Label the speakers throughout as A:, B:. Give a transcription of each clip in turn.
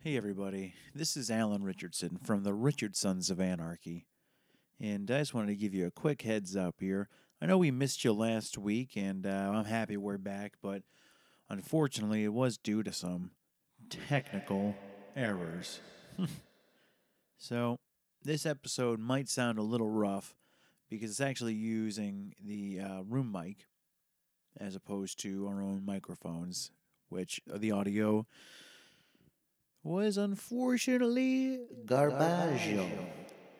A: Hey, everybody. This is Alan Richardson from the Richardsons of Anarchy. And I just wanted to give you a quick heads up here. I know we missed you last week, and uh, I'm happy we're back, but unfortunately, it was due to some technical errors. so, this episode might sound a little rough because it's actually using the uh, room mic as opposed to our own microphones, which the audio was unfortunately garbaggio.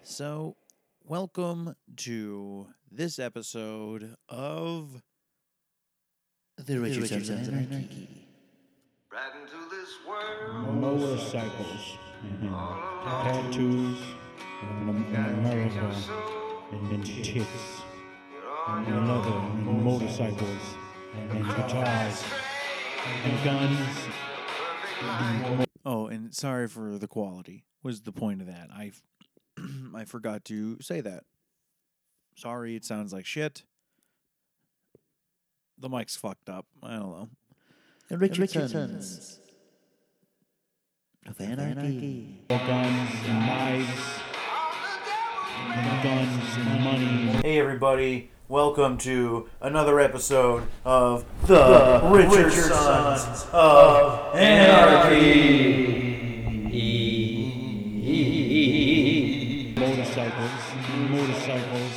A: So, welcome to this episode of The Richardsons and Anarchy.
B: Right into this world.
C: motorcycles, tattoos, and Am- and America, and then chicks, and another, and motorcycles, and guitars, and guns.
A: Oh, and sorry for the quality. Was the point of that? I f- I forgot to say that. Sorry, it sounds like shit. The mic's fucked up. I don't know.
D: The Richardsons. Of anarchy.
C: More guns, and knives, and guns, and money, and
A: Hey everybody, welcome to another episode of The, Richard Sons of
C: motorcycles, and motorcycles,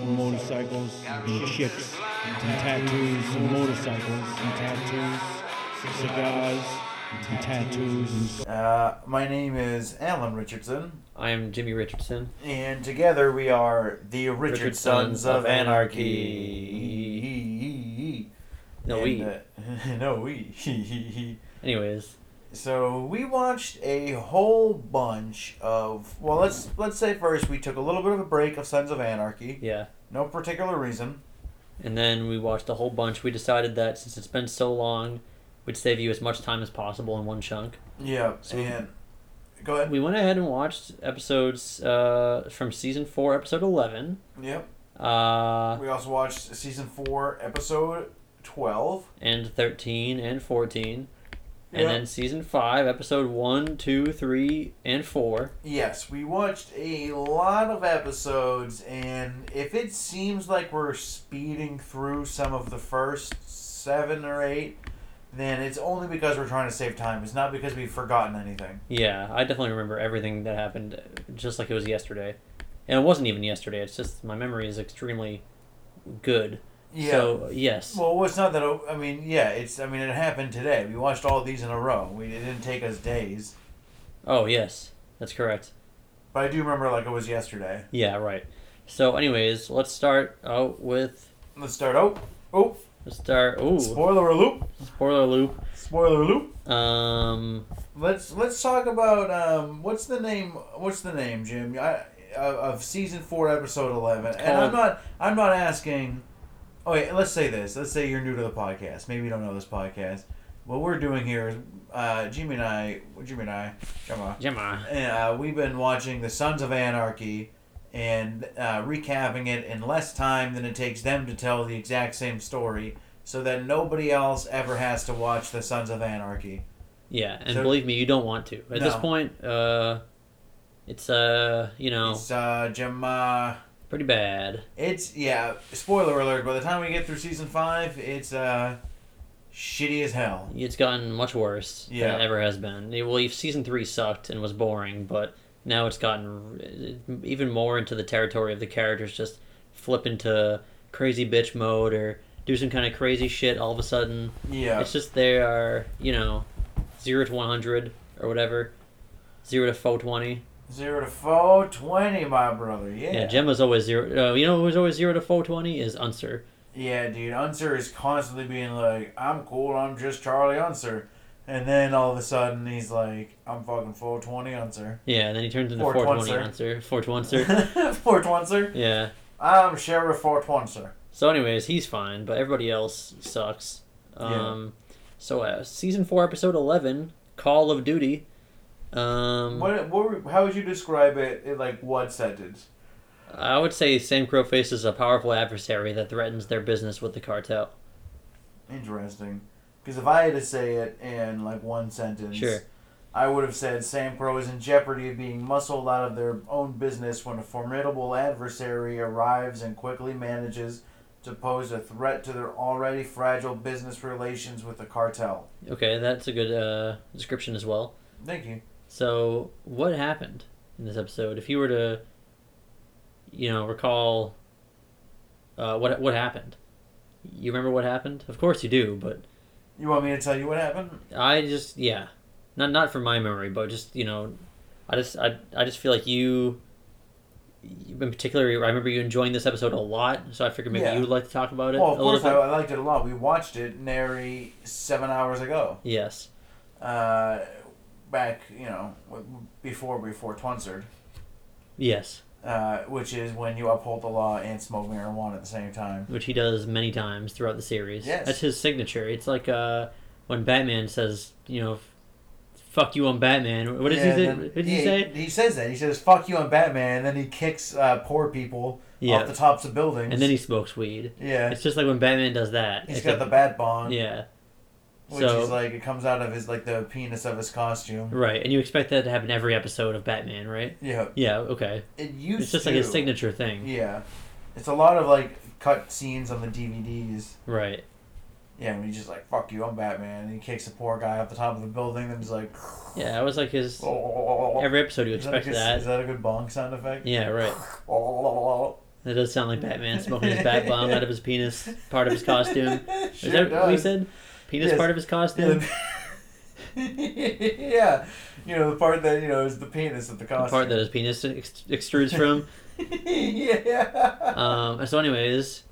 C: and motorcycles, and chicks, and tattoos, and motorcycles, and tattoos, cigars, and tattoos, and
A: Uh, my name is Alan Richardson,
E: I am Jimmy Richardson.
A: and together we are The Richard,
E: Richard
A: Sons
E: Sons
A: of
E: of
A: Anarchy.
E: No,
A: And,
E: we.
A: uh, no, we.
E: Anyways,
A: So we watched a whole bunch of. Well, let's let's say first we took a little bit of a break of Sons of Anarchy.
E: yeah.
A: No particular reason.
E: And then we watched a whole bunch. We decided that since it's been so long, we'd save you as much time as possible in one chunk.
A: Yeah.
E: So-
A: and go ahead.
E: We went ahead and watched episodes uh, from season four, episode eleven,
A: Yep.
E: uh,
A: We also watched season four, episode twelve.
E: and thirteen, and fourteen,
A: Yeah.
E: and then season five, episode one, two, three, and four.
A: Yes, we watched a lot of episodes, and if it seems like we're speeding through some of the first seven or eight, then it's only because we're trying to save time. It's not because we've forgotten anything.
E: Yeah, I definitely remember everything that happened uh, just like it was yesterday, and it wasn't even yesterday. It's just my memory is extremely good.
A: Yeah.
E: So yes.
A: Well, it's not that. I mean, yeah, it's. I mean, it happened today. We watched all these in a row. We it didn't take us days,
E: Oh yes, that's correct.
A: but I do remember like it was yesterday.
E: Yeah, right. So, anyways, let's start out with
A: Let's start. Oh, oh,
E: let's start. Ooh,
A: spoiler loop,
E: spoiler loop.
A: spoiler loop.
E: Um,
A: Let's let's talk about um, what's the name? What's the name, Jim? I, of of season four, episode eleven. And I'm
E: called-
A: not. I'm not asking. Oh, wait, let's say this. Let's say you're new to the podcast. Maybe you don't know this podcast. What we're doing here is uh, Jimmy and I. Jimmy and I. Come on.
E: Gemma.
A: uh, we've been watching the Sons of Anarchy and uh, recapping it in less time than it takes them to tell the exact same story, so that nobody else ever has to watch the Sons of Anarchy.
E: Yeah, and
A: So-
E: believe me, you don't want to. At this
A: No.
E: point, uh, it's uh, you know,
A: It's uh, Jim. Uh,
E: pretty bad.
A: it's yeah. Spoiler alert! By the time we get through season five, it's uh, shitty as hell.
E: It's gotten much worse
A: Yeah.
E: than it ever has been. It- Well, if season three sucked and was boring, but now it's gotten r- even more into the territory of the characters just flip into crazy bitch mode or do some kind of crazy shit all of a sudden.
A: Yeah.
E: It's just they are, you know, zero to one hundred or whatever, zero to four twenty.
A: Zero to four twenty, my brother. Yeah.
E: Yeah,
A: Yeah,
E: Gemma's always zero. Uh, you know who's always zero to four twenty is Unser.
A: dude. Unser is constantly being like, "I'm cool. I'm just Charlie Unser," and then all of a sudden he's like, "I'm fucking four twenty Unser."
E: Yeah, and then he turns into four
A: 420
E: twenty Unser, four twenty.
A: Four twenty.
E: Yeah.
A: I'm Sheriff Four Twenty.
E: So, anyways, he's fine, but everybody else sucks. Um, So, uh, season four, episode eleven, Call of Duty. Um,
A: What? What? were- How would you describe it? In like one sentence?
E: I would say Sam Crow faces a powerful adversary that threatens their business with the cartel.
A: Interesting. Because if I had to say it in like one sentence,
E: Sure.
A: I would have said Sam Pro is in jeopardy of being muscled out of their own business when a formidable adversary arrives and quickly manages to pose a threat to their already fragile business relations with the cartel.
E: Okay, that's a good uh, description as well.
A: Thank you.
E: So, what happened in this episode? If you were to, you know, recall uh, what what happened, you remember what happened? Of course you do, but
A: You want me to tell you what happened?
E: I just yeah, not not from my memory, but just you know, I just I I just feel like you. you- In particular, I remember you enjoying this episode a lot, so I figured maybe
A: Yeah.
E: you would like to talk about it
A: Well, of
E: a little
A: course, I,
E: bit.
A: I liked it a lot. We watched it nary seven hours ago.
E: Yes.
A: Uh, back, you know, w- before before Twinsert,
E: Yes,
A: uh, which is when you uphold the law and smoke marijuana at the same time.
E: which he does many times throughout the series.
A: Yes.
E: That's his signature. It's like uh, when Batman says, you know, fuck you on Batman. What does
A: Yeah,
E: he say?
A: then-
E: What does he
A: yeah,
E: say?
A: He says that. He says, fuck you and Batman, and then he kicks uh, poor people
E: Yeah.
A: off the tops of buildings.
E: And then he smokes weed.
A: Yeah.
E: It's just like when Batman does that.
A: He's got
E: except-
A: the bat bond,
E: Yeah.
A: which
E: so-
A: is like, it comes out of his, like, the penis of his costume.
E: Right, and you expect that to happen every episode of Batman, right?
A: Yeah.
E: Yeah, okay.
A: It used
E: It's just
A: to.
E: like his signature thing.
A: Yeah. It's a lot of, like, cut scenes on the DVDs.
E: Right.
A: Yeah, and he's just like, fuck you, I'm Batman. And he kicks a poor guy off the top of the building, and he's like,
E: Yeah, that was like his.
A: oh.
E: Every episode you
A: is, that a
E: expect
A: good,
E: that.
A: is that a good bong sound effect?
E: Yeah, right. That does sound like Batman smoking his bat bomb out of his penis, part of his costume. Is
A: Sure
E: that what we
A: does.
E: said? Penis
A: Yes.
E: part of his costume?
A: Yeah. yeah. You know, the part that, you know, is the penis of the costume.
E: the part that his penis ex- extrudes from.
A: yeah.
E: um, so, anyways,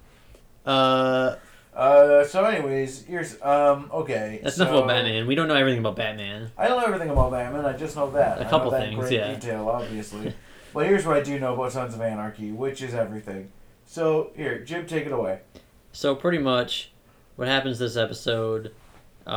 E: uh,
A: Uh, so, anyways, here's, um, okay.
E: that's
A: so,
E: enough about Batman. We don't know everything about Batman.
A: I don't know everything about Batman. I just know that.
E: A
A: I know
E: couple
A: that in
E: things,
A: great
E: yeah.
A: Detail, obviously. but here's what I do know about Sons of Anarchy, which is everything. So here, Jim, take it away.
E: So pretty much, what happens this episode? Uh,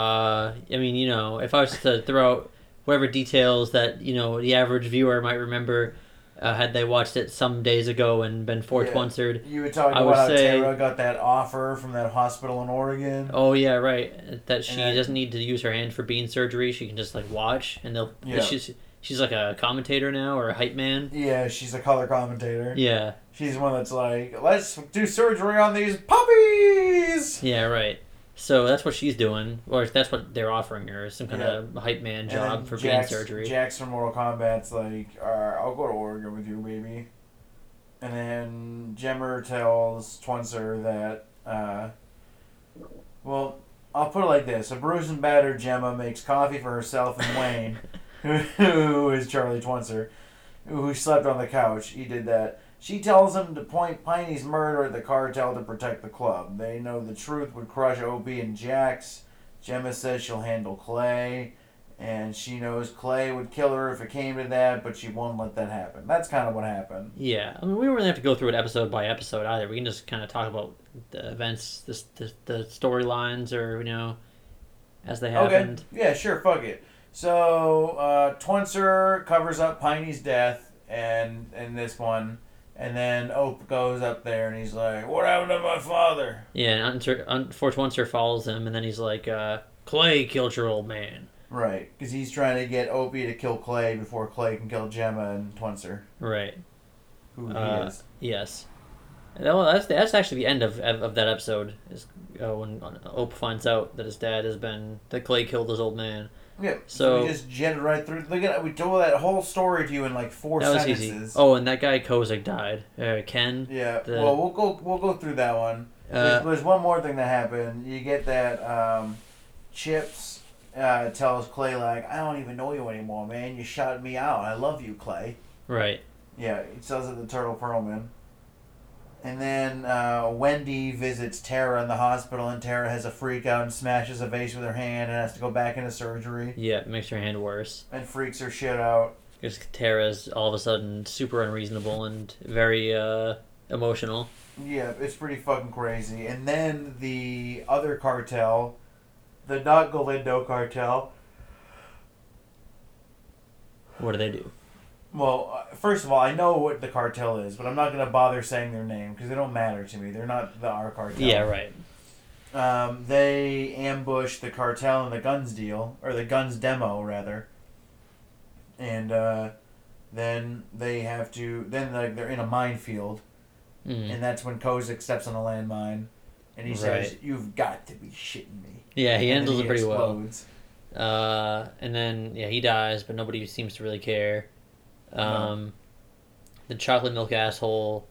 E: I mean, you know, if I was to throw out whatever details that you know the average viewer might remember, uh, had they watched it some days ago and been four
A: Yeah.
E: twencered.
A: You were talking
E: I would
A: about how
E: say-
A: Tara got that offer from that hospital in Oregon.
E: Oh yeah, right. That she
A: And-
E: doesn't need to use her hand for bean surgery. She can just like watch, and they'll.
A: Yeah.
E: She's she's like a commentator now or a hype man.
A: Yeah, she's a color commentator.
E: Yeah.
A: She's the one that's like, let's do surgery on these puppies.
E: Yeah. Right. So that's what she's doing, or that's what they're offering her is some kind of hype man
A: And
E: job
A: then
E: for
A: Jax-
E: bean surgery.
A: Jax from Mortal Kombat's like, uh, I'll go to Oregon with you, baby. And then Jemmer tells Twinser that, uh, well, I'll put it like this: a bruised and battered Gemma makes coffee for herself and Wayne, who, who is Charlie Twinser, who slept on the couch. He did that. She tells him to point Piney's murder at the cartel to protect the club. They know the truth would crush OB and Jax. Gemma says she'll handle Clay, and she knows Clay would kill her if it came to that, but she won't let that happen. That's kind of what happened.
E: Yeah, I mean, we don't really have to go through it episode by episode either. We can just kind of talk about the events, the the, the storylines, or you know, as they happened.
A: Okay. Yeah, sure. Fuck it. So uh, Twinser covers up Piney's death, and in this one, and then Ope goes up there and he's like, "What happened to my father?"
E: Yeah, and Unter, un, Fortuncer follows him, and then he's like, uh, "Clay killed your old man."
A: Right, because he's trying to get Opie to kill Clay before Clay can kill Gemma and Twinser,
E: Right.
A: who
E: Uh,
A: he is.
E: Yes. And that- Well, that's that's actually the end of of, of that episode is uh, when Ope finds out that his dad has been that Clay killed his old man.
A: Yeah.
E: so-
A: we just jetted right through. Look at we told that whole story to you in like four
E: that was
A: sentences.
E: easy. Oh, and that guy Kozik died. Uh, Ken.
A: Yeah.
E: The-
A: well, we'll go we'll go through that one.
E: Uh,
A: there's, there's one more thing that happened. You get that um, Chips uh, tells Clay like, "I don't even know you anymore, man. You shot me out. I love you, Clay."
E: Right.
A: Yeah, he says it to Turtle Pearlman. And then uh, Wendy visits Tara in the hospital, and Tara has a freak out and smashes a vase with her hand and has to go back into surgery
E: Yeah, it makes your hand worse.
A: and freaks her shit out.
E: Because Tara's all of a sudden super unreasonable and very uh, emotional.
A: Yeah, it's pretty fucking crazy. And then the other cartel, the not Galindo cartel.
E: What do they do?
A: Well, uh, first of all, I know what the cartel is, but I'm not gonna bother saying their name because they don't matter to me. They're not the our cartel.
E: Yeah, right.
A: Um, they ambush the cartel in the guns deal or the guns demo rather, and uh, then they have to then like they're in a minefield,
E: Mm.
A: and that's when Kozik steps on a landmine, and he says, "You've got to be shitting me."
E: Yeah, he
A: And then
E: handles it pretty well.
A: explodes.
E: Uh, and then yeah, he dies, but nobody seems to really care. Um, The chocolate milk asshole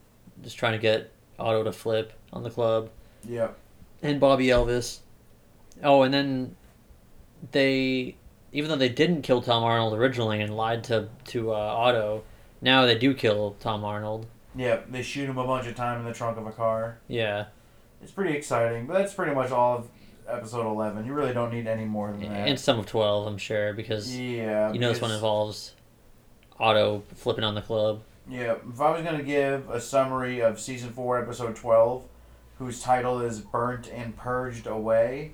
E: is trying to get Otto to flip on the club,
A: Yeah,
E: and Bobby Elvis. Oh, and then they, even though they didn't kill Tom Arnold originally and lied to to uh, Otto, now they do kill Tom Arnold.
A: yeah. They shoot him a bunch of time in the trunk of a car.
E: Yeah,
A: It's pretty exciting, but that's pretty much all of episode eleven. You really don't need any more than that.
E: and some of twelve, I'm sure, because
A: yeah,
E: you know this
A: because-
E: one involves Otto flipping on the club.
A: Yeah, if I was going to give a summary of season 4, episode 12, whose title is Burnt and Purged Away,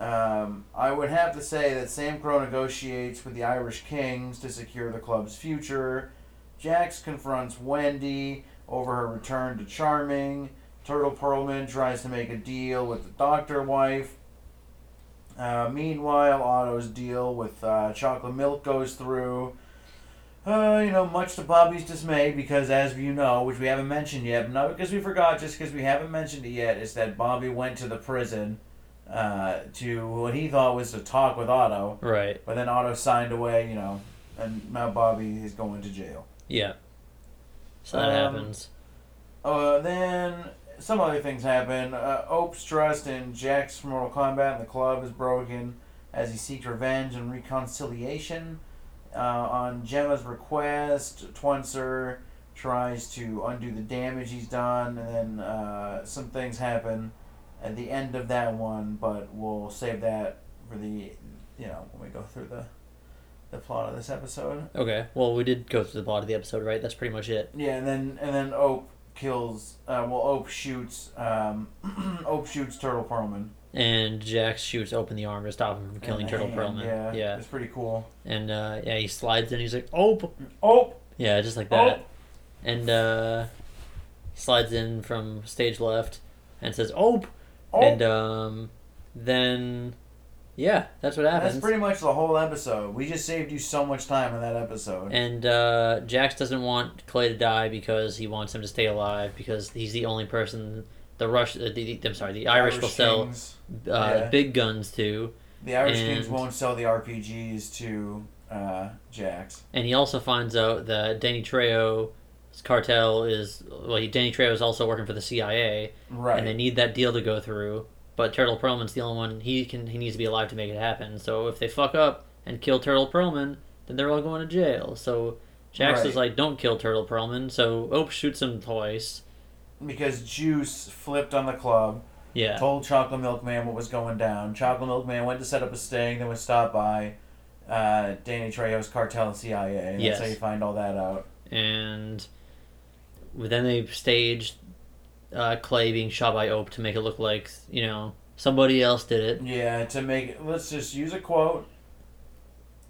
A: um, I would have to say that Sam Crow negotiates with the Irish Kings to secure the club's future. Jax confronts Wendy over her return to Charming. Turtle Perlman tries to make a deal with the doctor wife. Uh, meanwhile, Otto's deal with uh, chocolate milk goes through. Uh, you know, much to Bobby's dismay, because as you know, which we haven't mentioned yet, but not because we forgot, just because we haven't mentioned it yet, is that Bobby went to the prison uh, to what he thought was to talk with Otto,
E: Right.
A: but then Otto signed away, you know, and now Bobby is going to jail.
E: Yeah. So that
A: Um,
E: happens.
A: Uh, then some other things happen. Uh, Ope's trust in Jack's Mortal Kombat and the club is broken as he seeks revenge and reconciliation. Uh, on Gemma's request, Twinser tries to undo the damage he's done, and then uh, some things happen at the end of that one, but we'll save that for the, you know, when we go through the, the plot of this episode.
E: Okay. Well, we did go through the plot of the episode, right? That's pretty much it.
A: Yeah, and then and then Ope kills. Uh, well, Ope shoots. Um, Ope shoots Turtle Perlman.
E: And Jax shoots open the arm to stop him from killing
A: And-
E: Turtle
A: and,
E: Perlman.
A: Yeah,
E: Yeah.
A: it's pretty cool.
E: And uh, yeah, he slides in. He's like, "Oh,
A: Ope.
E: yeah," just like
A: Oh.
E: that. And uh, he slides in from stage left and says, "Oh."
A: Ope.
E: And um, then, yeah, that's what happens.
A: That's pretty much the whole episode. We just saved you so much time in that episode.
E: And uh, Jax doesn't want Clay to die because he wants him to stay alive because he's the only person the Rush, uh, the, the, I'm sorry, the Irish, will sell
A: Kings,
E: uh,
A: yeah.
E: big guns to.
A: The Irish Kings
E: and-
A: won't sell the RPGs to uh, Jax.
E: And he also finds out that Danny Trejo's cartel is well, he, Danny Trejo is also working for the CIA,
A: Right.
E: and they need that deal to go through. But Turtle Perlman's the only one he can he needs to be alive to make it happen. So if they fuck up and kill Turtle Perlman, then they're all going to jail. So Jax is
A: Right.
E: like, "Don't kill Turtle Perlman." So Ope shoots him twice.
A: because Juice flipped on the club.
E: Yeah.
A: told Chocolate Milk Man what was going down. Chocolate Milk Man went to set up a sting, then was stopped by uh, Danny Trejo's cartel and CIA. That's
E: Yes.
A: how you find all that out.
E: and then they staged uh, Clay being shot by Ope to make it look like you know somebody else did it.
A: Yeah, to make let's just use a quote.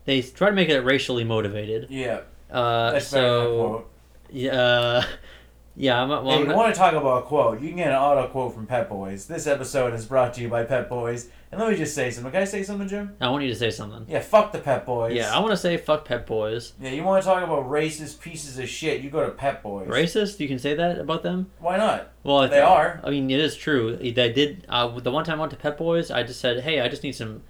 E: They try to make it racially motivated.
A: Yeah,
E: Uh,
A: that's better than a
E: so
A: quote.
E: yeah, uh, yeah. I'm, well,
A: Hey,
E: I'm
A: you
E: not-
A: want to talk about a quote? You can get an auto quote from Pet Boys. This episode is brought to you by Pet Boys. And let me just say something. Can I say something, Jim?
E: I want you to say something.
A: Yeah, fuck the Pet Boys.
E: Yeah, I want to say fuck Pep Boys.
A: yeah. You want to talk about racist pieces of shit? You go to Pet Boys.
E: Racist? You can say that about them?
A: Why not?
E: Well, I
A: They are.
E: I mean, it is true. They did. Uh, the one time I went to Pep Boys, I just said, "Hey, I just need some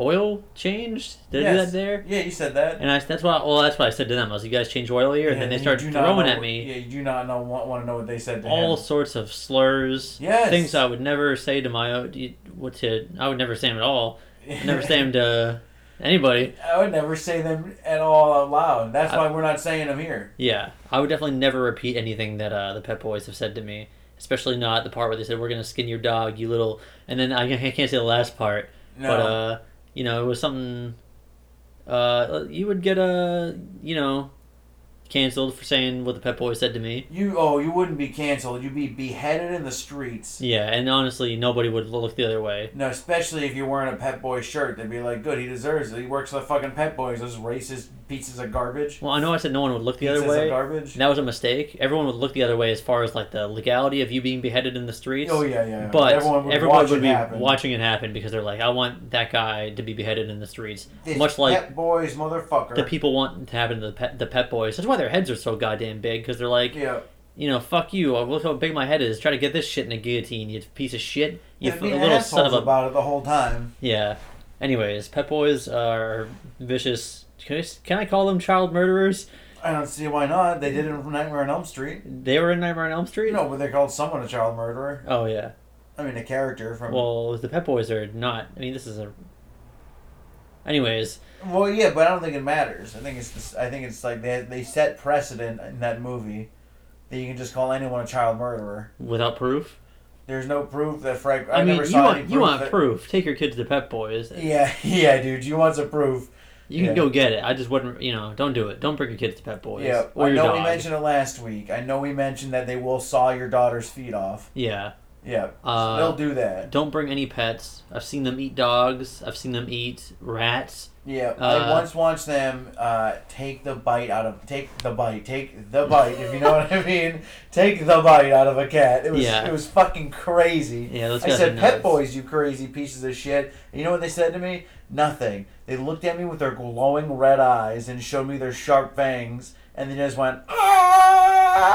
E: oil changed." Did I do
A: Yes.
E: that there?
A: Yeah, you said that.
E: And I, that's what. Well, that's what I said to them. I was, "You guys change oil here," and
A: Yeah,
E: then they
A: you
E: started
A: do not
E: throwing
A: know-
E: at me
A: Yeah, you do not know want, want to know what they said to
E: all
A: him.
E: sorts of slurs,
A: Yes.
E: things I would never say to my own. What to? I would never say them at all. Never say them to anybody.
A: I would never say them at all out loud. That's why we're not saying them here.
E: Yeah, I would definitely never repeat anything that uh, the Pet Boys have said to me, especially not the part where they said, "We're gonna skin your dog, you little." And then I, I can't say the last part,
A: No.
E: but uh, you know, it was something. Uh, you would get uh, you know, canceled for saying what the Pet Boys said to me.
A: you oh, you wouldn't be canceled. You'd be beheaded in the streets.
E: Yeah, and honestly, nobody would look the other way.
A: No, especially if you're wearing a Pet Boy shirt, they'd be like, "Good, he deserves it. He works for the fucking Pet Boys. Those racist pieces of garbage.
E: Well, I know I said no one would look the
A: pieces
E: other way.
A: of garbage.
E: That was a mistake. Everyone would look the other way as far as like the legality of you being beheaded in the streets.
A: Oh yeah, yeah.
E: But
A: everyone would, watch it
E: be
A: happen.
E: watching it happen because they're like, I want that guy to be beheaded in the streets,
A: This
E: much like
A: Pet Boys, motherfucker.
E: the people want to happen to the pet, the pet boys. That's why their heads are so goddamn big because they're like,
A: Yeah.
E: you know, fuck you. Oh, Look how big my head is. Try to get this shit in a guillotine, you piece of shit. You
A: They're
E: f-
A: being
E: little son of
A: assholes
E: a
A: about it the whole time.
E: yeah. Anyways, pet boys are vicious. Can I, s- can I call them child murderers?
A: I don't see why not. They did it from Nightmare on Elm Street.
E: They were in Nightmare on Elm Street.
A: You know, but they called someone a child murderer.
E: Oh yeah.
A: I mean, a character from. Well,
E: Well, the Pet Boys are not. I mean, this is a. Anyways,
A: yeah, but I don't think it matters. I think it's. This, I think it's like they they set precedent in that movie that you can just call anyone a child murderer.
E: without proof.
A: There's no proof that Frank. I,
E: I, mean,
A: never
E: you
A: saw
E: want
A: any
E: you want
A: that-
E: proof. Take your kids to Pet Boys.
A: Yeah, yeah, dude. You want some proof?
E: You can
A: Yeah.
E: go get it. I just wouldn't. You know, don't do it. Don't bring your kids to Pet Boys.
A: Yeah, I
E: Or your
A: know
E: dog.
A: we mentioned it last week. I know we mentioned that they will saw your daughter's feet off.
E: yeah.
A: Yeah, so
E: Uh,
A: they'll do that.
E: Don't bring any pets. I've seen them eat dogs. I've seen them eat rats.
A: Yeah,
E: uh,
A: I once watched them uh, take the bite out of take the bite, take the bite. if you know what I mean, take the bite out of a cat. It was
E: Yeah.
A: it was fucking crazy.
E: Yeah, those
A: I
E: guys
A: said,
E: are
A: "Pet
E: nuts."
A: boys, you crazy pieces of shit." And you know what they said to me? Nothing. They looked at me with their glowing red eyes and showed me their sharp fangs, and they just went.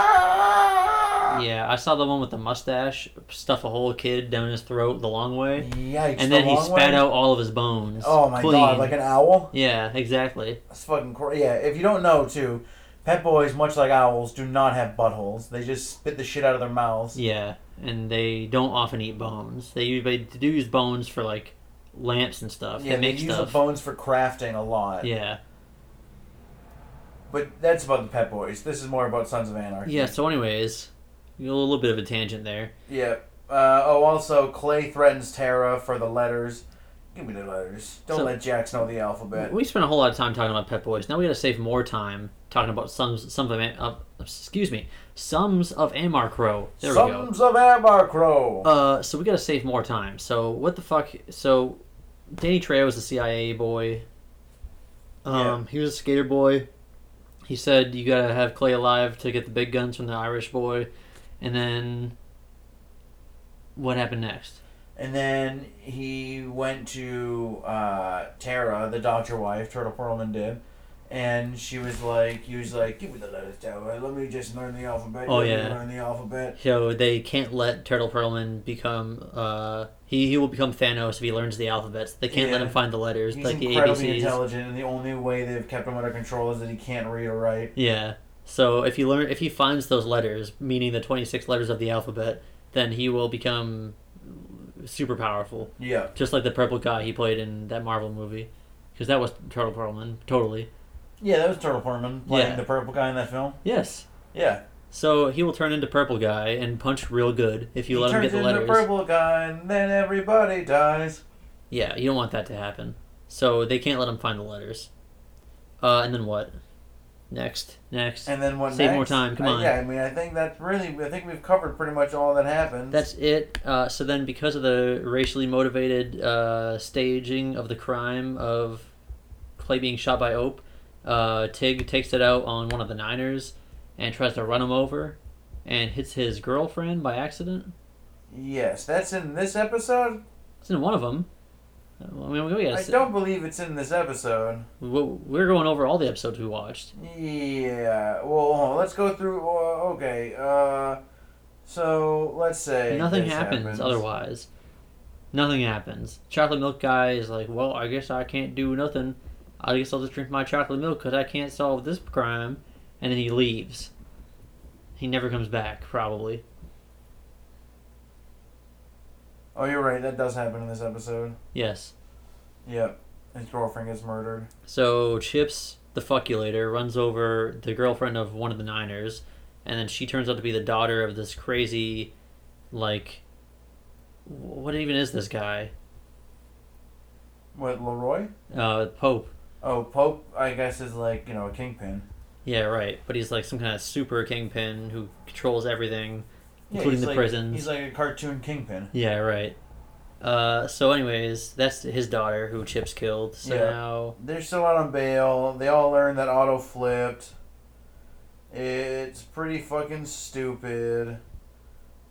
A: "Ah!"
E: Yeah, I saw the one with the mustache stuff a whole kid down his throat the long way,
A: Yikes!
E: and
A: the
E: then he
A: long
E: spat
A: way?
E: out all of his bones.
A: Oh my
E: clean.
A: god, like an owl.
E: yeah, exactly.
A: That's fucking crazy. Yeah, if you don't know, too, pet boys, much like owls, do not have buttholes. They just spit the shit out of their mouths.
E: Yeah, and they don't often eat bones. They use they do use bones for like lamps and stuff.
A: Yeah,
E: they
A: they
E: make
A: use the
E: stuff.
A: bones for crafting a lot.
E: yeah,
A: But that's about the pet boys. This is more about Sons of Anarchy.
E: yeah. So, anyways, a little bit of a tangent there.
A: Yeah. Uh, oh, also, Clay threatens Tara for the letters. Give me the letters. Don't
E: So-
A: let Jax know the alphabet.
E: We spent a whole lot of time talking about Pet Boys. Now we got to save more time talking about sums. Some of Am- uh, excuse me, sums of Amar Crow. There we go.
A: Sons of Amarcrow!
E: Uh, so we got to save more time. So what the fuck? So Danny Trejo was the CIA boy. Um, he was a skater boy. He said you gotta have Clay alive to get the big guns from the Irish boy, and then what happened next?
A: and then he went to uh, Tara, the doctor wife, Turtle Perlman did, and she was like, he was like, give me the letters, Tara. Let me just learn the alphabet.
E: Oh,
A: Let me
E: yeah.
A: learn the alphabet.
E: So they can't let Turtle Perlman become. Uh, he he will become Thanos if he learns the alphabets. They can't let
A: Yeah.
E: him find the letters
A: He's
E: like the
A: incredibly
E: ABCs.
A: intelligent, and the only way they've kept him under control is that he can't read or write.
E: Yeah. So if he learn if he finds those letters, meaning the twenty six letters of the alphabet, then he will become super powerful,
A: Yeah.
E: just like the purple guy he played in that Marvel movie, because that was Turtle Perlman. Totally.
A: Yeah, that was Turtle Perlman playing
E: Yeah.
A: the purple guy in that film.
E: Yes.
A: Yeah.
E: So he will turn into purple guy and punch real good if you
A: he
E: let him
A: turns
E: get the
A: into
E: letters.
A: purple guy, and then everybody dies.
E: Yeah, you don't want that to happen. So they can't let him find the letters. Uh, and then what? Next. Next.
A: And then what
E: Save
A: next?
E: more time, come
A: I-
E: on.
A: yeah, I mean, I think that's really, I think we've covered pretty much all that happens.
E: That's it. Uh, so then, because of the racially motivated uh, staging of the crime of Clay being shot by Ope, uh, Tig takes it out on one of the Niners and tries to run him over and hits his girlfriend by accident.
A: Yes, that's in this episode.
E: It's in one of them. Uh, I mean, we
A: I
E: gotta,
A: don't believe it's in this episode.
E: we- We're going over all the episodes we watched.
A: Yeah. Well, hold on, let's go through. Uh, okay. Uh, so let's say
E: Nothing
A: this
E: happens,
A: happens.
E: otherwise. Nothing happens. Chocolate milk guy is like, well, I guess I can't do nothing. I guess I'll just drink my chocolate milk because I can't solve this crime. And then he leaves. He never comes back, probably.
A: Oh, you're right. That does happen in this episode.
E: Yes.
A: Yep. His girlfriend gets murdered.
E: So Chips, the fuckulator, runs over the girlfriend of one of the Niners, and then she turns out to be the daughter of this crazy, like, wh- what even is this guy?
A: What Leroy?
E: Uh, Pope.
A: Oh, Pope. I guess is like you know a kingpin.
E: Yeah, right. But he's like some kind of super kingpin who controls everything,
A: Yeah,
E: including
A: he's
E: the
A: like,
E: prisons.
A: He's like a cartoon kingpin.
E: yeah, right. Uh, so, anyways, that's his daughter who Chips killed. So
A: Yeah.
E: now,
A: They're still out on bail. They all learned that auto flipped. It's pretty fucking stupid.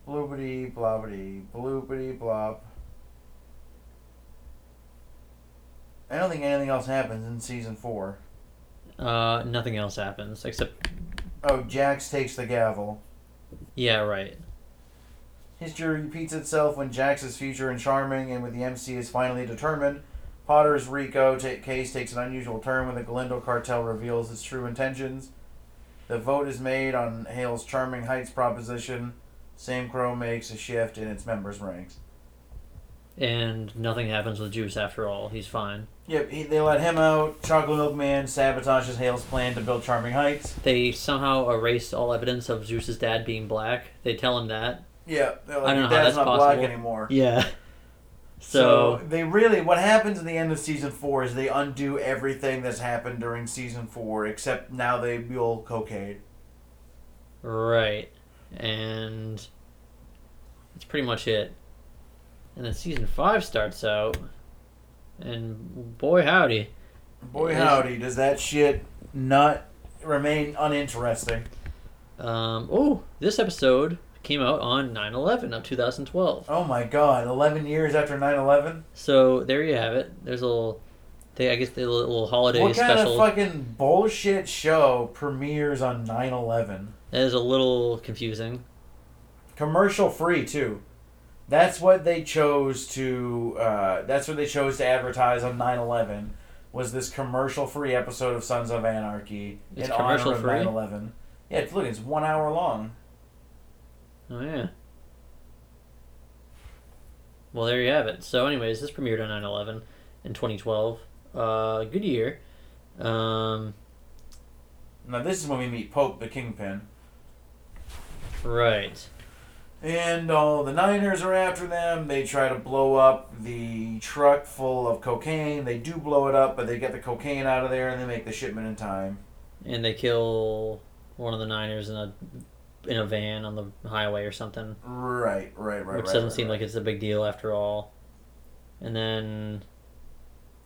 A: Bloopity blobbity bloopity blop. I don't think anything else happens in season four.
E: uh, nothing else happens except
A: Oh, Jax takes the gavel.
E: yeah, right.
A: History repeats itself when Jax's future in Charming and with the MC is finally determined. Potter's Rico ta case takes an unusual turn when the Galindo cartel reveals its true intentions. The vote is made on Hale's Charming Heights proposition. Sam Crow makes a shift in its members' ranks.
E: And nothing happens with Juice after all. He's fine.
A: Yep, he, they let him out. Chocolate Milk Man sabotages Hale's plan to build Charming Heights.
E: They somehow erase all evidence of Zeus's dad being black. They tell him that.
A: Yeah, they're like, "Your
E: I don't know how
A: dad's
E: that's
A: not
E: possible."
A: black anymore.
E: Yeah.
A: So,
E: So,
A: they really what happens in the end of season four is they undo everything that's happened during season four, except now they mule cocaine.
E: right, and that's pretty much it. And then season five starts out, and boy howdy,
A: Boy
E: Is-
A: howdy, does that shit not remain uninteresting?
E: um, oh, this episode came out on 9-11 of 2012.
A: Oh my god, eleven years after 9-11?
E: So there you have it. There's a little, they I guess the little, little holiday
A: What kind
E: special.
A: of fucking bullshit show premieres on 9-11?
E: that is a little confusing.
A: Commercial free too. That's what they chose to. Uh, that's what they chose to advertise on 9-11 Was this commercial free episode of Sons of Anarchy
E: It's
A: in honor of
E: commercial-free?
A: 9-11. Yeah, it's- look, it's one hour long.
E: Oh yeah. Well, there you have it. So, anyways, this premiered on 9/11 in 2012. Uh, good year. Um,
A: Now this is when we meet Pope the Kingpin,
E: right.
A: and all the Niners are after them. They try to blow up the truck full of cocaine. They do blow it up, but they get the cocaine out of there and they make the shipment in time.
E: And they kill one of the Niners in a in a van on the highway or something,
A: Right, right, right.
E: which doesn't seem like it's a big deal after all. And then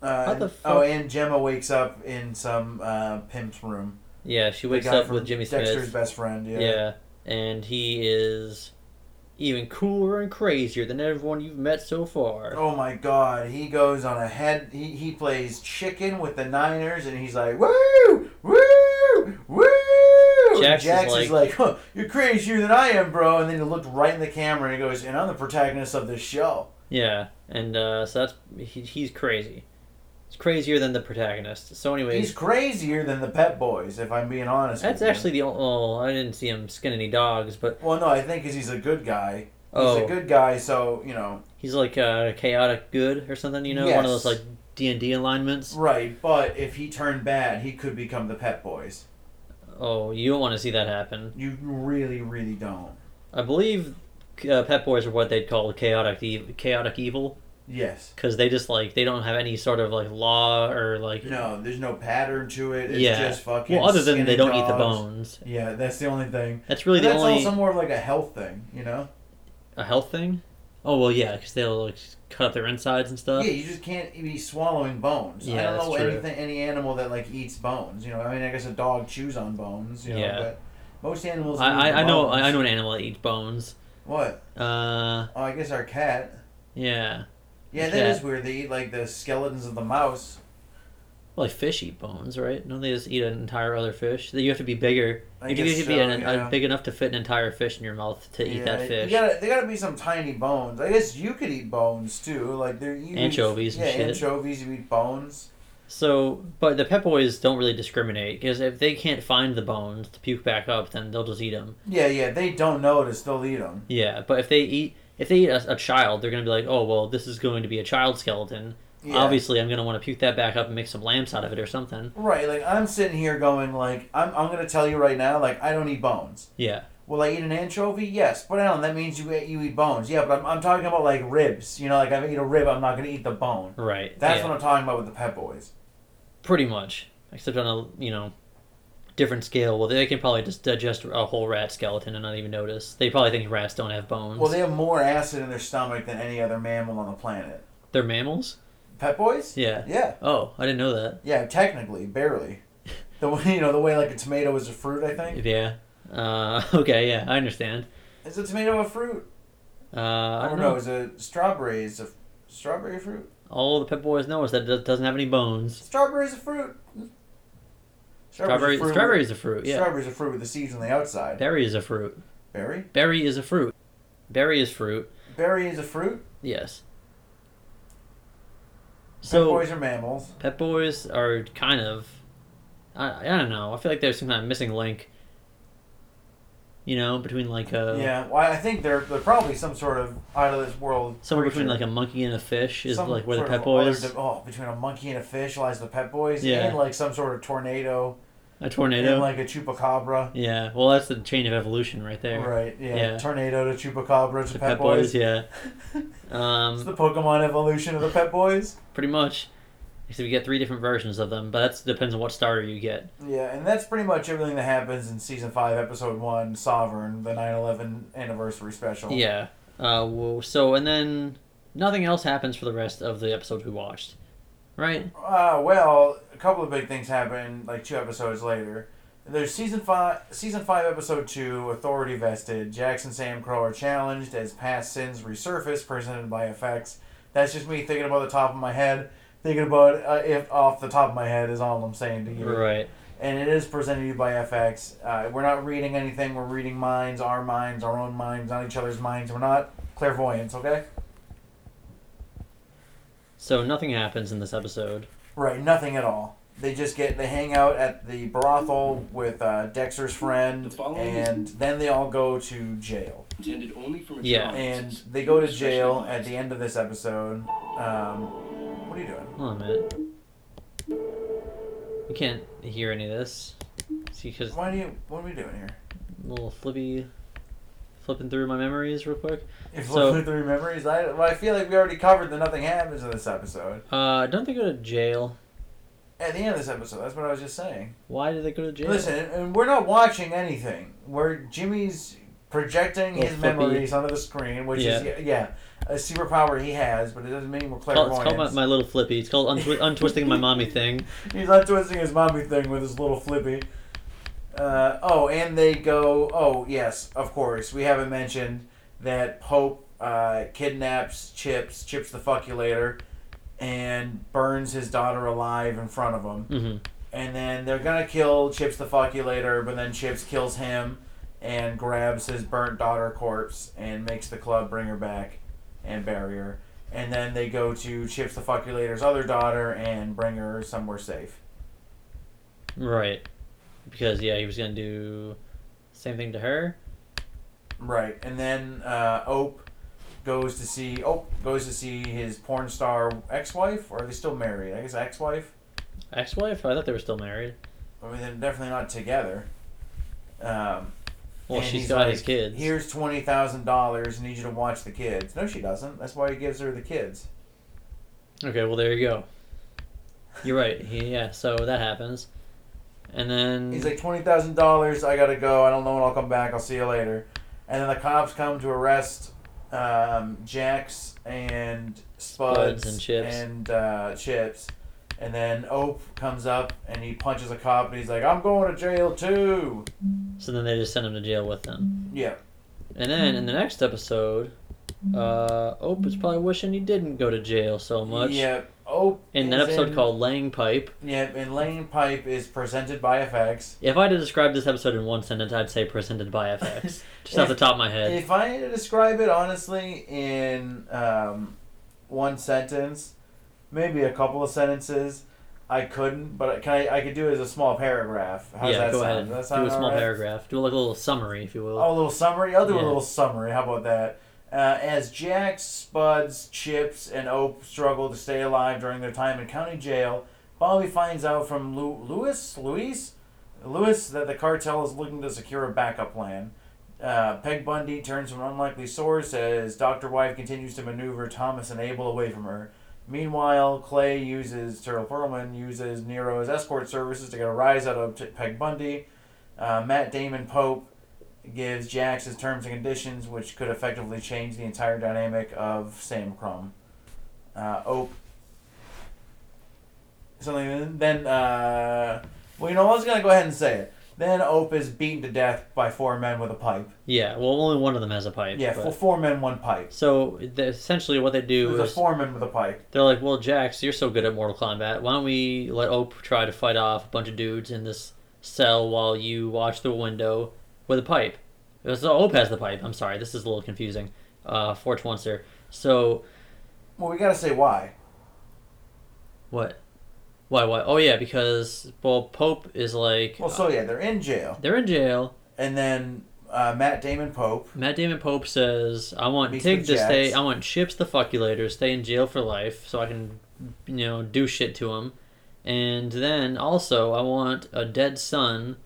A: Uh,
E: How
A: and-
E: the fuck-
A: Oh, and Gemma wakes up in some uh, pimp's room.
E: yeah, she
A: The
E: wakes
A: guy
E: up
A: from
E: with Jimmy Smith.
A: Dexter's best friend. Yeah.
E: Yeah. and he is even cooler and crazier than everyone you've met so far.
A: Oh my God! He goes on a head. He, he plays chicken with the Niners, and he's like, "Woo, woo, woo!" And
E: Jax is
A: is like, huh, "You're crazier than I am, bro." And then he looked right in the camera and he goes, "And I'm the protagonist of this show."
E: Yeah, and uh, so that's he, he's crazy. He's crazier than the protagonist. So, anyways,
A: He's crazier than the Pet Boys, if I'm being honest.
E: that's
A: with you.
E: actually the only. Oh, I didn't see him skin any dogs, but
A: Well, no, I think 'cause he's a good guy. He's
E: Oh.
A: a good guy, so you know.
E: he's like uh, chaotic good or something. You know, one
A: Yes.
E: of those like D and D alignments.
A: Right, but if he turned bad, he could become the Pet Boys.
E: Oh, you don't want to see that happen.
A: You really, really don't.
E: I believe uh, Pet Boys are what they'd call chaotic e- chaotic evil
A: Yes.
E: because they just like they don't have any sort of like law or like
A: No, there's no pattern to it. It's
E: yeah.
A: just fucking.
E: well, other than
A: skin
E: they
A: and
E: don't eat
A: dogs.
E: the bones.
A: Yeah, that's the only thing.
E: That's really the
A: that's
E: only
A: also more of like a health thing, you know.
E: a health thing. Oh well, yeah, because they'll like cut up their insides and stuff.
A: yeah, you just can't be swallowing bones. I
E: Uh, Yeah,
A: don't
E: that's
A: know
E: true.
A: anything, any animal that like eats bones. You know, I mean, I guess a dog chews on bones. You know,
E: Yeah.
A: But most animals.
E: I,
A: eat the
E: I, I know
A: bones.
E: I, I know an animal that eats bones.
A: What?
E: Uh,
A: Oh, I guess our cat.
E: yeah,
A: Yeah, that
E: Yeah.
A: is weird. They eat like the skeletons of the mouse.
E: well, like fish eat bones, right? Don't they just eat an entire other fish? That you have to be bigger.
A: I
E: you have to
A: guess
E: be
A: so,
E: an,
A: yeah.
E: a, big enough to fit an entire fish in your mouth to eat that fish.
A: You gotta, there gotta be some tiny bones. I guess you could eat bones too, like there you
E: Anchovies
A: Eat, yeah,
E: and shit.
A: anchovies. You eat bones.
E: So, but the pet boys don't really discriminate because if they can't find the bones to puke back up, then they'll just eat them.
A: Yeah, yeah. They don't notice. They'll eat them.
E: Yeah, but if they eat if they eat a, a child, they're gonna be like, oh well, this is going to be a child skeleton.
A: Yeah.
E: Obviously, I'm gonna want to puke that back up and make some lamps out of it or something.
A: Right. Like I'm sitting here going, like I'm, I'm gonna tell you right now, like I don't eat bones.
E: Yeah,
A: Will I eat an anchovy? Yes, but Alan, that means you eat- you eat bones. Yeah, but I'm, I'm talking about like ribs. You know, like I eat a rib, I'm not gonna eat the bone.
E: right.
A: That's
E: yeah.
A: what I'm talking about with the pet boys.
E: pretty much except on a you know different scale. Well, they can probably just digest a whole rat skeleton and not even notice. They probably think rats don't have bones.
A: Well, they have more acid in their stomach than any other mammal on the planet.
E: They're mammals.
A: Pet boys?
E: Yeah.
A: Yeah.
E: Oh, I didn't know that.
A: Yeah, technically, barely. The way, you know, the way like a tomato is a fruit, I think.
E: Yeah. Uh, okay. Yeah, I understand.
A: Is a tomato a fruit?
E: Uh, I
A: Or
E: don't
A: no,
E: know.
A: is a strawberry is a strawberry a fruit?
E: All the pet boys know is that it doesn't have any bones.
A: Strawberry's a fruit.
E: Strawberry,
A: a fruit.
E: strawberry is a fruit. Yeah.
A: Strawberry's a fruit with the seeds on the outside.
E: Berry is a fruit.
A: Berry?
E: Berry is a fruit. Berry is fruit.
A: Berry is a fruit.
E: Yes.
A: Pet
E: So
A: boys are mammals.
E: Pet Boys are kind of. I, I don't know. I feel like there's some kind of missing link. You know, between like a.
A: yeah, well, I think they're they're probably some sort of out of this world.
E: Somewhere between
A: creature.
E: like a monkey and a fish is
A: Some
E: like where the
A: sort
E: Pet
A: of
E: Boys.
A: other di- oh, between a monkey and a fish lies the Pet Boys,
E: Yeah.
A: and like some sort of tornado,
E: a tornado.
A: and like a chupacabra.
E: yeah, well, that's the chain of evolution right there.
A: Right? Yeah.
E: Yeah.
A: Tornado to chupacabra to
E: The
A: Pet, Boys.
E: yeah.
A: It's
E: Um,
A: the Pokemon evolution of the Pet Boys.
E: pretty much. Except you get three different versions of them, but that depends on what starter you get.
A: Yeah, and that's pretty much everything that happens in season five, episode one, Sovereign, the 9/11 anniversary special.
E: Yeah. Uh, well, so and then nothing else happens for the rest of the episodes we watched, right?
A: Uh, well, a couple of big things happen like two episodes later. There's season five, season five, episode two, authority vested. Jackson Sam Crow are challenged as past sins resurface, presented by effects. That's just me thinking about the top of my head, thinking about uh, if off the top of my head is all I'm saying to you.
E: Right.
A: And it is presented to you by FX. Uh, we're not reading anything. We're reading minds, our minds, our own minds, not each other's minds. We're not clairvoyants, okay?
E: So nothing happens in this episode.
A: Right, nothing at all. They just get they hang out at the brothel with uh, Dexter's friend, and then they all go to jail.
F: intended only for mature
E: Yeah.
A: And
F: audiences.
A: they go to
F: Especially
A: jail
F: mine.
A: at the end of this episode. Um, what are you doing?
E: Hold on a minute. We can't hear any of this. See, because
A: Why do you? What are we doing here?
E: little flippy, flipping through my memories real quick.
A: If
E: So-
A: so, we're through memories, I well, I feel like we already covered that nothing happens in this episode.
E: Uh, don't they go to jail?
A: At the end of this episode, that's what I was just saying.
E: Why do they go to jail?
A: Listen, and we're not watching anything. We're Jimmy's projecting
E: Little
A: his
E: flippy.
A: memories onto the screen, which is yeah, a superpower he has, but it doesn't mean we're
E: It's called, it's
A: clairvoyant.
E: called my, my little flippy. It's called untwi- untwisting my mommy thing.
A: He's untwisting his mommy thing with his little flippy. Uh, oh, and they go. Oh, yes, of course. We haven't mentioned that Pope uh, kidnaps Chips, Chips the fuck you later, and burns his daughter alive in front of him.
E: hmm
A: and then they're gonna kill Chips the fuck you later, but then Chips kills him and grabs his burnt daughter corpse and makes the club bring her back and bury her. And then they go to Chips the fuck you later's other daughter and bring her somewhere safe.
E: Right. Because yeah, he was gonna do same thing to her.
A: Right, and then uh, Ope goes to see Ope goes to see his porn star ex-wife, or are they still married? I guess ex-wife.
E: Ex-wife? I thought they were still married.
A: I mean, they're definitely not together. Um,
E: Well,
A: And
E: she's
A: he's
E: got
A: like,
E: his kids.
A: Here's twenty thousand dollars. Need you to watch the kids. No, she doesn't. That's why he gives her the kids.
E: Okay, well there you go. You're right. He, yeah, so that happens, and then
A: He's like twenty thousand dollars. I gotta go. I don't know when I'll come back. I'll see you later. And then the cops come to arrest um, Jax and Spuds,
E: Spuds and Chips.
A: and, uh, Chips. And then Ope comes up and he punches a cop and he's like, "I'm going to jail too."
E: so then they just send him to jail with them.
A: Yeah.
E: And then in the next episode, uh, Ope is probably wishing he didn't go to jail so much.
A: Yeah. Ope.
E: In that
A: is
E: episode
A: in-
E: called Lang Pipe.
A: Yeah, and Lane Pipe is presented by FX.
E: If I had to describe this episode in one sentence, I'd say presented by FX. Just off the top of my head.
A: If I had to describe it honestly in um, one sentence, maybe a couple of sentences, I couldn't. But can I? I could do it as a small paragraph. How's
E: yeah,
A: that
E: go
A: sound?
E: ahead.
A: Does That
E: do
A: sound
E: a small
A: all right?
E: paragraph. Do like a little summary, if you will.
A: Oh, a little summary. I'll do
E: Yeah.
A: a little summary. How about that? Uh, as Jack, Spuds, Chips, and Ope struggle to stay alive during their time in county jail, Bobby finds out from Lu- Louis, Luis, Louis that the cartel is looking to secure a backup plan. Uh, Peg Bundy turns to an unlikely source as Doctor Wife continues to maneuver Thomas and Abel away from her. Meanwhile, Clay uses Terrell Thurman uses Nero as escort services to get a rise out of T- Peg Bundy. Uh, Matt Damon Pope gives Jax his terms and conditions, which could effectively change the entire dynamic of Sam Crumb. Uh, Ope. Something then. Uh, well, you know, I was gonna go ahead and say it. Then Ope is beaten to death by four men with a pipe.
E: Yeah, well, only one of them has a pipe.
A: Yeah,
E: but-
A: four, four men, one pipe.
E: So the- essentially, what they do
A: There's a
E: is
A: foreman with a pipe.
E: they're like, "Well, Jax, you're so good at Mortal Kombat. Why don't we let Ope try to fight off a bunch of dudes in this cell while you watch through a window with a pipe?" Uh, So Ope has the pipe. I'm sorry, this is a little confusing. Uh, for Twinser. So
A: Well, we gotta say why.
E: what? Why? Why? Oh yeah, because well, Pope is like uh,
A: Well, so yeah, they're in jail,
E: they're in jail.
A: and then uh, Matt Damon Pope.
E: Matt Damon Pope says, "I want
A: Meets
E: Tig
A: with
E: to
A: Jax.
E: stay. I want Chips the fuck you later. Stay in jail for life, so I can, you know, do shit to him. And then also, I want a dead son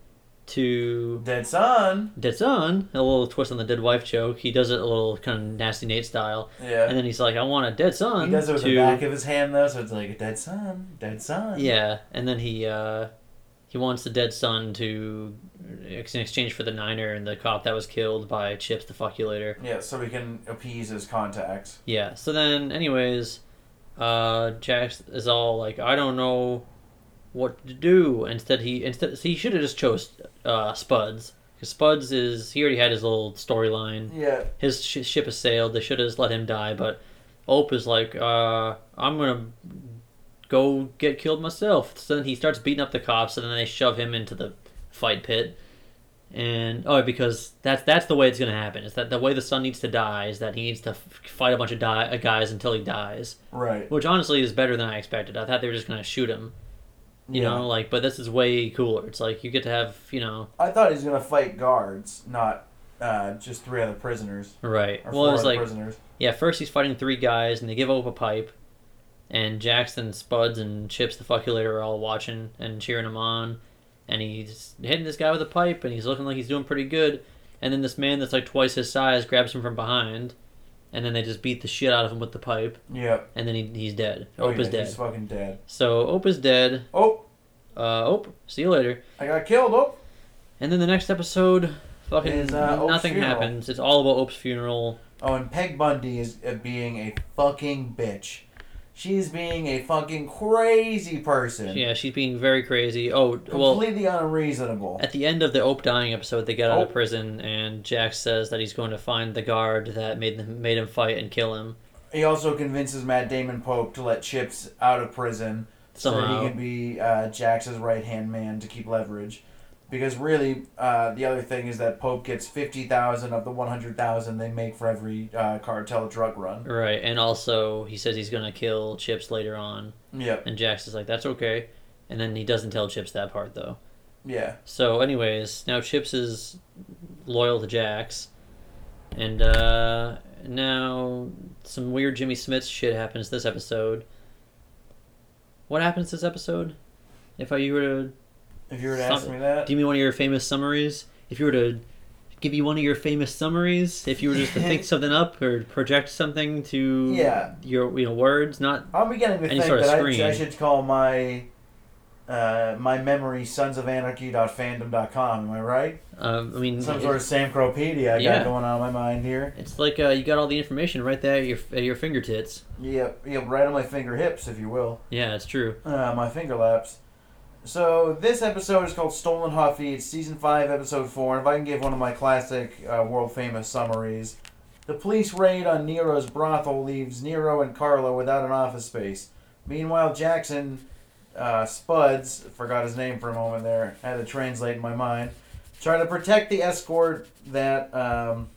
E: to
A: Dead son.
E: dead son. A little twist on the dead wife joke. He does it a little kind of nasty Nate style.
A: Yeah.
E: And then he's like, I want a dead son.
A: He does it with
E: to...
A: the back of his hand though, so it's like a dead son, dead son.
E: Yeah, and then he uh, he wants the dead son to ex- in exchange for the niner and the cop that was killed by Chips the fuck you later.
A: Yeah, so we can appease his contacts.
E: Yeah. So then, anyways, uh, Jax is all like, "I don't know what to do." Instead, he instead so he should have just chose uh, Spuds because Spuds is he already had his little storyline.
A: Yeah.
E: His sh- ship has sailed. They should have just let him die. But Ope is like, uh, "I'm gonna go get killed myself." So then he starts beating up the cops, and then they shove him into the fight pit. And oh, because that's that's the way it's gonna happen. Is that the way the son needs to die? Is that he needs to f- fight a bunch of di- uh, guys until he dies?
A: Right.
E: Which honestly is better than I expected. I thought they were just gonna shoot him. You
A: Yeah.
E: know, like, but this is way cooler. It's like you get to have, you know,
A: I thought he was gonna fight guards, not uh, just three other prisoners
E: right.
A: or
E: Well,
A: four
E: it was
A: other
E: like,
A: prisoners.
E: yeah, first he's fighting three guys, and they give Ope a pipe, and Jackson, Spuds, and Chips the fuculator are all watching and cheering him on, and he's hitting this guy with a pipe, and he's looking like he's doing pretty good, and then this man that's like twice his size grabs him from behind, and then they just beat the shit out of him with the pipe,
A: Yeah.
E: and then he, he's dead.
A: Oh,
E: Ope
A: yeah,
E: is dead.
A: He's fucking dead.
E: So Ope is dead.
A: Oh,
E: Uh, Ope, see you later.
A: I got killed. Oh.
E: And then the next episode, fucking
A: Is, uh, Ope's
E: nothing
A: funeral.
E: happens. It's all about Ope's funeral.
A: Oh, and Peg Bundy is uh, being a fucking bitch. She's being a fucking crazy person.
E: Yeah, she's being very crazy. Oh, well.
A: Completely unreasonable.
E: At the end of the Ope dying episode, they get out of
A: Ope.
E: prison, and Jack says that he's going to find the guard that made them, made him fight and kill him.
A: He also convinces Matt Damon Pope to let Chips out of prison so
E: Somehow.
A: that he can be uh, Jax's right hand man to keep leverage. Because really, uh, the other thing is that Pope gets fifty thousand of the one hundred thousand they make for every uh, cartel drug run.
E: Right, and also he says he's going to kill Chips later on,
A: Yep.
E: and Jax is like, "That's okay," and then he doesn't tell Chips that part though.
A: Yeah.
E: So, anyways, now Chips is loyal to Jax, and uh, now some weird Jimmy Smith shit happens this episode. What happens this episode? If I you were to
A: If you were to ask
E: Some-
A: me that,
E: Give me one of your famous summaries. If you were to give you one of your famous summaries, if you were just to think something up or project something to
A: Yeah.
E: your you know words, not
A: I'm beginning to
E: Any
A: think
E: sort of
A: that I, I
E: screen.
A: should call my uh, my memory sons of anarchy.fandom.com. Am I right?
E: um, I mean
A: Some
E: it-
A: sort of Samcropedia I
E: Yeah.
A: got going on in my mind here.
E: it's like uh, you got all the information right there at your at your fingertips.
A: Yep, yep, right on my finger hips, if you will.
E: Yeah, it's true.
A: Uh, my finger laps. So this episode is called Stolen Huffy. It's season five, episode four. And if I can give one of my classic, uh, world famous summaries, the police raid on Nero's brothel leaves Nero and Carlo without an office space. Meanwhile, Jackson, uh, Spuds, forgot his name for a moment there, had to translate in my mind, try to protect the escort that um,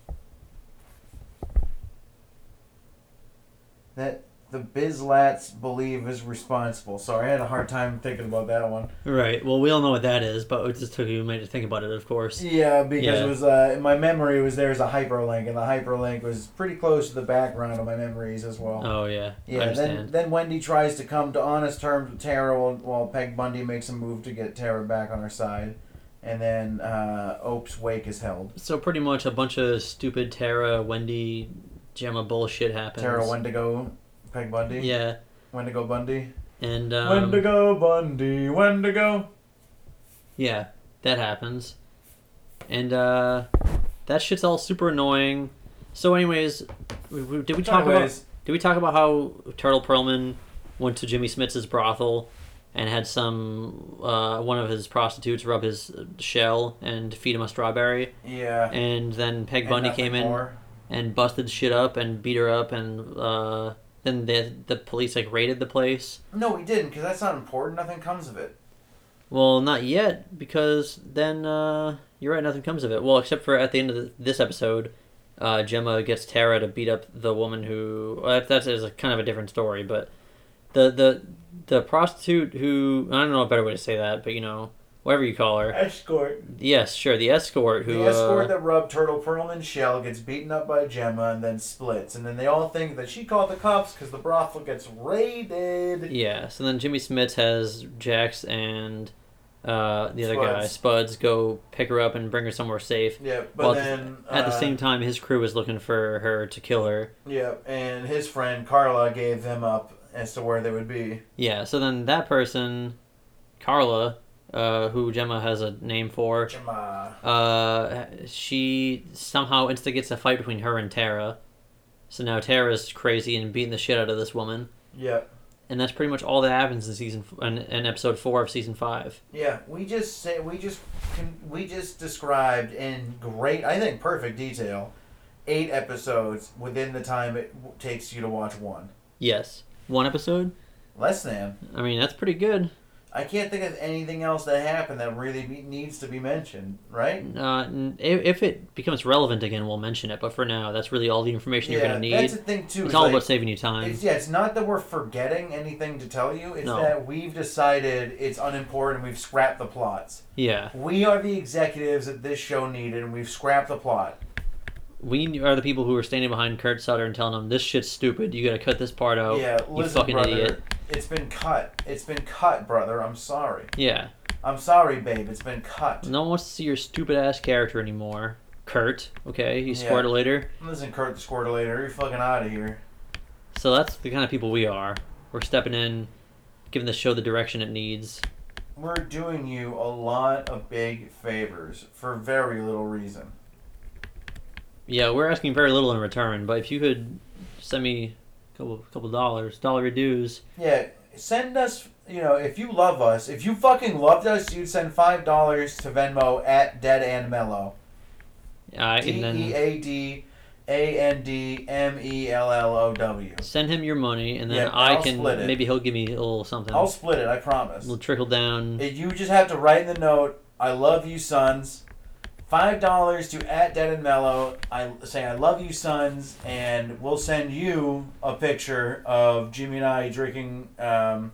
A: that the Bizlats believe is responsible. Sorry, I had a hard time thinking about that one.
E: Right. Well, we all know what that is, but it just took you a minute to think about it. Of course.
A: Yeah, because
E: Yeah.
A: it was uh, in my memory it was there as a hyperlink, and the hyperlink was pretty close to the background of my memories as well.
E: Oh yeah. I
A: yeah, then
E: understand.
A: then Wendy tries to come to honest terms with Tara while, while Peg Bundy makes a move to get Tara back on her side, and then uh, Ope's wake is held.
E: So pretty much a bunch of stupid Tara, Wendy, Gemma bullshit happens.
A: Tara Wendigo, Peg Bundy.
E: Yeah.
A: Wendigo Bundy.
E: and um,
A: Wendigo Bundy. Wendigo.
E: Yeah, that happens. And uh, that shit's all super annoying. So, anyways, we, we, did we talk
A: Anyways.
E: about did we talk about how Turtle Perlman went to Jimmy Smith's brothel and had some uh, one of his prostitutes rub his shell and feed him a strawberry,
A: Yeah.
E: and then Peg
A: And
E: Bundy
A: nothing
E: came in
A: more.
E: and busted shit up and beat her up, and uh, then the the police like raided the place.
A: No, he didn't, because that's not important. Nothing comes of it.
E: Well, not yet, because then uh, you're right. Nothing comes of it. Well, except for at the end of the, this episode, uh, Gemma gets Tara to beat up the woman who. Well, that, that is a, kind of a different story, but the the the prostitute who I don't know a better way to say that, but you know whatever you call her.
A: Escort.
E: Yes, sure. The escort who.
A: The escort
E: uh,
A: that rubbed Turtle Perlman's shell gets beaten up by Gemma and then splits. And then they all think that she called the cops because the brothel gets raided.
E: yeah. So then Jimmy Smith has Jax and uh, the other guy
A: Spuds.
E: Spuds go pick her up and bring her somewhere safe.
A: Yeah, but
E: Well,
A: then
E: at the
A: uh,
E: same time, his crew is looking for her to kill her.
A: Yeah, and his friend Carla gave them up as to where they would be.
E: Yeah, so then that person, Carla, uh, who Gemma has a name for,
A: Gemma.
E: uh, she somehow instigates a fight between her and Tara. So now Tara's crazy and beating the shit out of this woman.
A: Yeah.
E: And that's pretty much all that happens in season f- in, in episode four of season five.
A: Yeah, we just say we just con- we just described in great, I think, perfect detail, eight episodes within the time it w- takes you to watch one.
E: Yes, one episode.
A: Less than.
E: I mean, that's pretty good.
A: I can't think of anything else that happened that really be- needs to be mentioned, right?
E: Uh, n- if, if it becomes relevant again, we'll mention it. But for now, that's really all the information you're gonna need.
A: that's
E: It's
A: the thing too.
E: all
A: like-
E: about saving you time.
A: It's, yeah, it's not that we're forgetting anything to tell you. It's
E: No.
A: that we've decided it's unimportant. We've scrapped the plots.
E: yeah,
A: We are the executives that this show needed, and we've scrapped the plot.
E: we are the people who are standing behind Kurt Sutter and telling him this shit's stupid. You gotta cut this part out.
A: yeah,
E: Oh, you
A: listen,
E: fucking
A: brother.
E: idiot.
A: It's been cut. It's been cut, brother. I'm sorry.
E: Yeah,
A: I'm sorry, babe. It's been cut.
E: no one wants to see your stupid ass character anymore. Kurt, okay, he's
A: Yeah.
E: squirted later.
A: Listen, Kurt the Squirtulator, you're fucking out of here.
E: So that's the kind of people we are. We're stepping in, giving the show the direction it needs.
A: We're doing you a lot of big favors for very little reason.
E: Yeah, we're asking very little in return, but if you could send me a couple couple dollars, dollar dues.
A: Yeah, send us. You know, if you love us, if you fucking loved us, you'd send five dollars to Venmo at Dead and Mellow.
E: Uh, and
A: D E
E: then
A: A D A N D M E L L O W.
E: send him your money, and then
A: Yeah,
E: I
A: I'll
E: can
A: split it.
E: maybe he'll give me a little something.
A: I'll split it. I promise.
E: It'll trickle down.
A: It- You just have to write in the note, "I love you, sons." Five dollars to at Dead and Mellow. I say, "I love you, sons," and we'll send you a picture of Jimmy and I drinking. Um,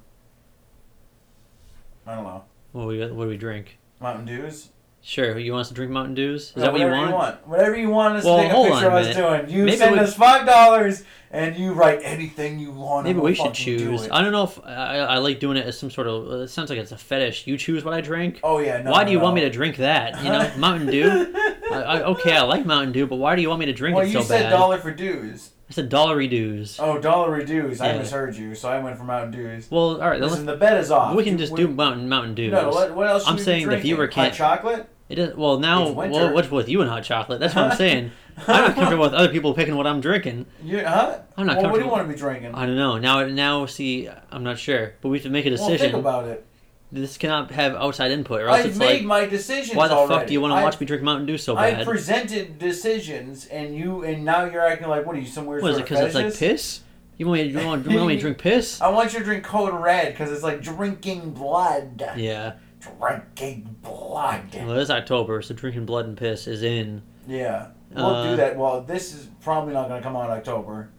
A: I don't know
E: What do we what do we drink?
A: Mountain Dews.
E: Sure. You want us to drink Mountain Dews? Is
A: Yeah,
E: that what you
A: whatever
E: want?
A: Whatever you want us
E: Well,
A: to take a
E: hold
A: picture of
E: on a
A: us
E: minute.
A: doing. You
E: Maybe
A: send
E: we-
A: us five dollars and you write anything you want.
E: Maybe
A: and we'll
E: we should
A: fucking do
E: choose.
A: it.
E: I don't know if I, I like doing it as some sort of. uh, It sounds like it's a fetish. You choose what I drink.
A: Oh yeah. No,
E: why
A: no,
E: do you
A: no.
E: want me to drink that? You know, Mountain Dew. I, I, okay, I like Mountain Dew, but why do you want me to drink
A: Well,
E: it
A: you
E: so
A: said
E: bad?
A: dollar for dues.
E: I said dollary dues.
A: Oh, dollar dues. I
E: Yeah.
A: misheard you, so I went for Mountain Dews.
E: Well, all right, then
A: Listen, the bet is
E: let's-
A: off.
E: we can
A: You-
E: just
A: we-
E: do Mountain Mountain Dews.
A: No, what, what else? should we
E: I'm
A: be
E: saying the
A: drinking?
E: viewer can't-
A: Hot chocolate.
E: It is, well, now
A: It's winter.
E: well, what's with you and hot chocolate? That's what I'm saying. I'm not comfortable with other people picking what I'm drinking.
A: You, huh?
E: I'm not
A: Well, what do you
E: comfortable.
A: want to be drinking?
E: I don't know. Now, now, see, I'm not sure, but we have to make a
A: well, think
E: decision.
A: about it.
E: this cannot have outside input, or else
A: I've
E: it's
A: made
E: like,
A: my decisions.
E: why the
A: already.
E: fuck do you want to
A: I've-
E: watch me drink Mountain Dew so bad?
A: I've presented decisions, and you, and now you're acting like, what are you, somewhere?
E: What is it? Because it's like piss. You want me? You want, you want me to drink piss?
A: I want you to drink Code Red because it's like drinking blood.
E: Yeah.
A: Drinking blood.
E: Well, it's October, so drinking blood and piss is in.
A: Yeah. We'll
E: Uh,
A: do that. Well, this is probably not going to come out in October.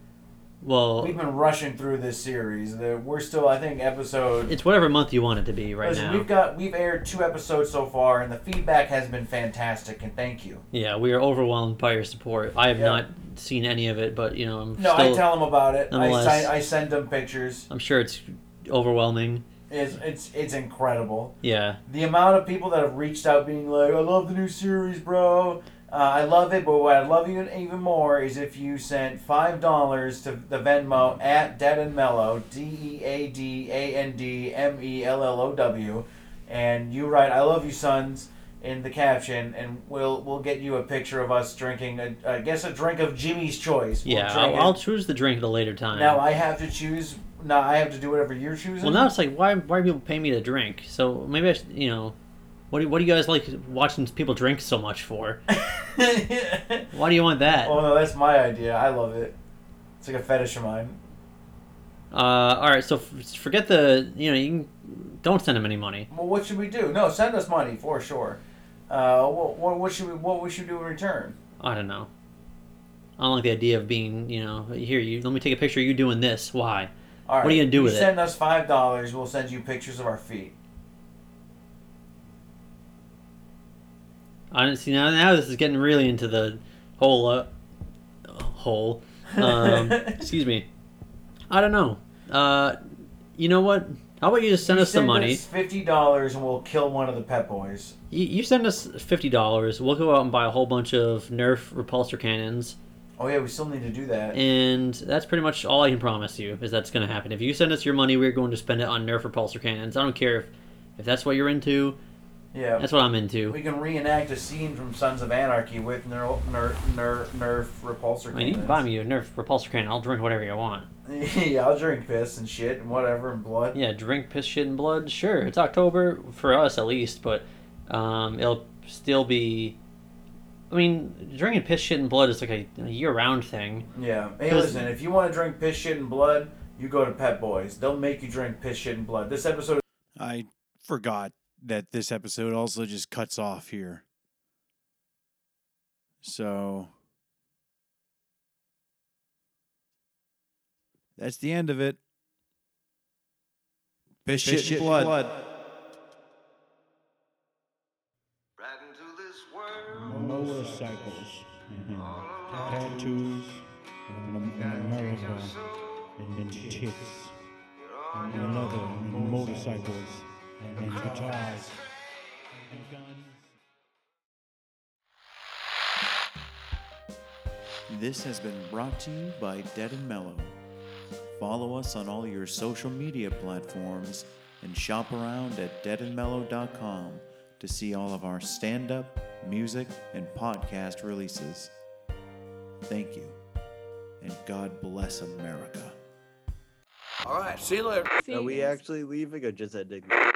E: Well,
A: We've been rushing through this series. The- We're still, I think, episode
E: it's whatever month you want it to be right
A: Listen,
E: now.
A: we've got we've aired two episodes so far, and the feedback has been fantastic, and thank you.
E: Yeah, we are overwhelmed by your support. I have
A: Yeah.
E: not seen any of it, but you know, I'm
A: No,
E: still.
A: I tell them about it. I,
E: nonetheless.
A: si- I send them pictures.
E: I'm sure it's overwhelming.
A: It's, it's it's incredible.
E: Yeah.
A: The amount of people that have reached out, being like, "I love the new series, bro. Uh, I love it, but what I'd love you even more is if you sent five dollars to the Venmo at Dead and Mellow, D E A D A N D M E L L O W, and you write "I love you, sons" in the caption, and we'll we'll get you a picture of us drinking, a, I guess, a drink of Jimmy's choice. We'll
E: yeah,
A: drink
E: I'll,
A: it.
E: I'll choose the drink at a later time.
A: now I have to choose. Now I have to do whatever you're choosing.
E: well, now it's like why why do people pay me to drink? So maybe I should, you know, what do what do you guys like watching people drink so much for? Why do you want that?
A: oh no, that's my idea. I love it. It's like a fetish of mine.
E: Uh, all right, so f- forget the you know you can, don't send them any money.
A: Well, what should we do? No, send us money for sure. Uh, what, what, what should we what we should do in return?
E: I don't know. I don't like the idea of being you know here. You let me take a picture of you doing this. Why?
A: All right,
E: What are you gonna do
A: you
E: with it?
A: send us five dollars, we'll send you pictures of our feet.
E: I don't see now. Now this is getting really into the whole uh, hole. Um, excuse me. I don't know. Uh, you know what? How about you just send
A: You
E: us the money?
A: Us Fifty dollars, and we'll kill one of the Pet Boys.
E: You, you send us fifty dollars. We'll go out and buy a whole bunch of Nerf repulsor cannons,
A: Oh yeah, we still need to do that.
E: and that's pretty much all I can promise you is that's going to happen. If you send us your money, we're going to spend it on Nerf repulsor cannons. I don't care if, if that's what you're into.
A: yeah,
E: That's what I'm into.
A: we can reenact a scene from Sons of Anarchy with Nerf Nerf Nerf, Nerf repulsor.
E: I mean, you can
A: cannons.
E: buy me a Nerf repulsor cannon. I'll drink whatever you want.
A: yeah, I'll drink piss and shit and whatever and blood.
E: Yeah, drink piss shit and blood. Sure, it's October for us at least, but um, it'll still be. I mean, drinking piss shit and blood is like a, a year-round thing.
A: Yeah. Hey,
E: 'Cause-
A: listen, if you want to drink piss, shit, and blood, you go to Pet Boys. They'll make you drink piss, shit, and blood. This episode
G: I forgot that this episode also just cuts off here. So that's the end of it. Piss, shit, and blood.
B: Right into this world.
C: motorcycles, and tattoos, and Am- and America, and tits, and another, and motorcycles, and guitars, and guns.
G: This has been brought to you by Dead and Mellow. Follow us on all your social media platforms and shop around at deadandmellow.com to see all of our stand up, music, and podcast releases. Thank you, and God bless America.
F: All right, see you later.
H: Are we
F: Serious.
H: actually leaving or just ending?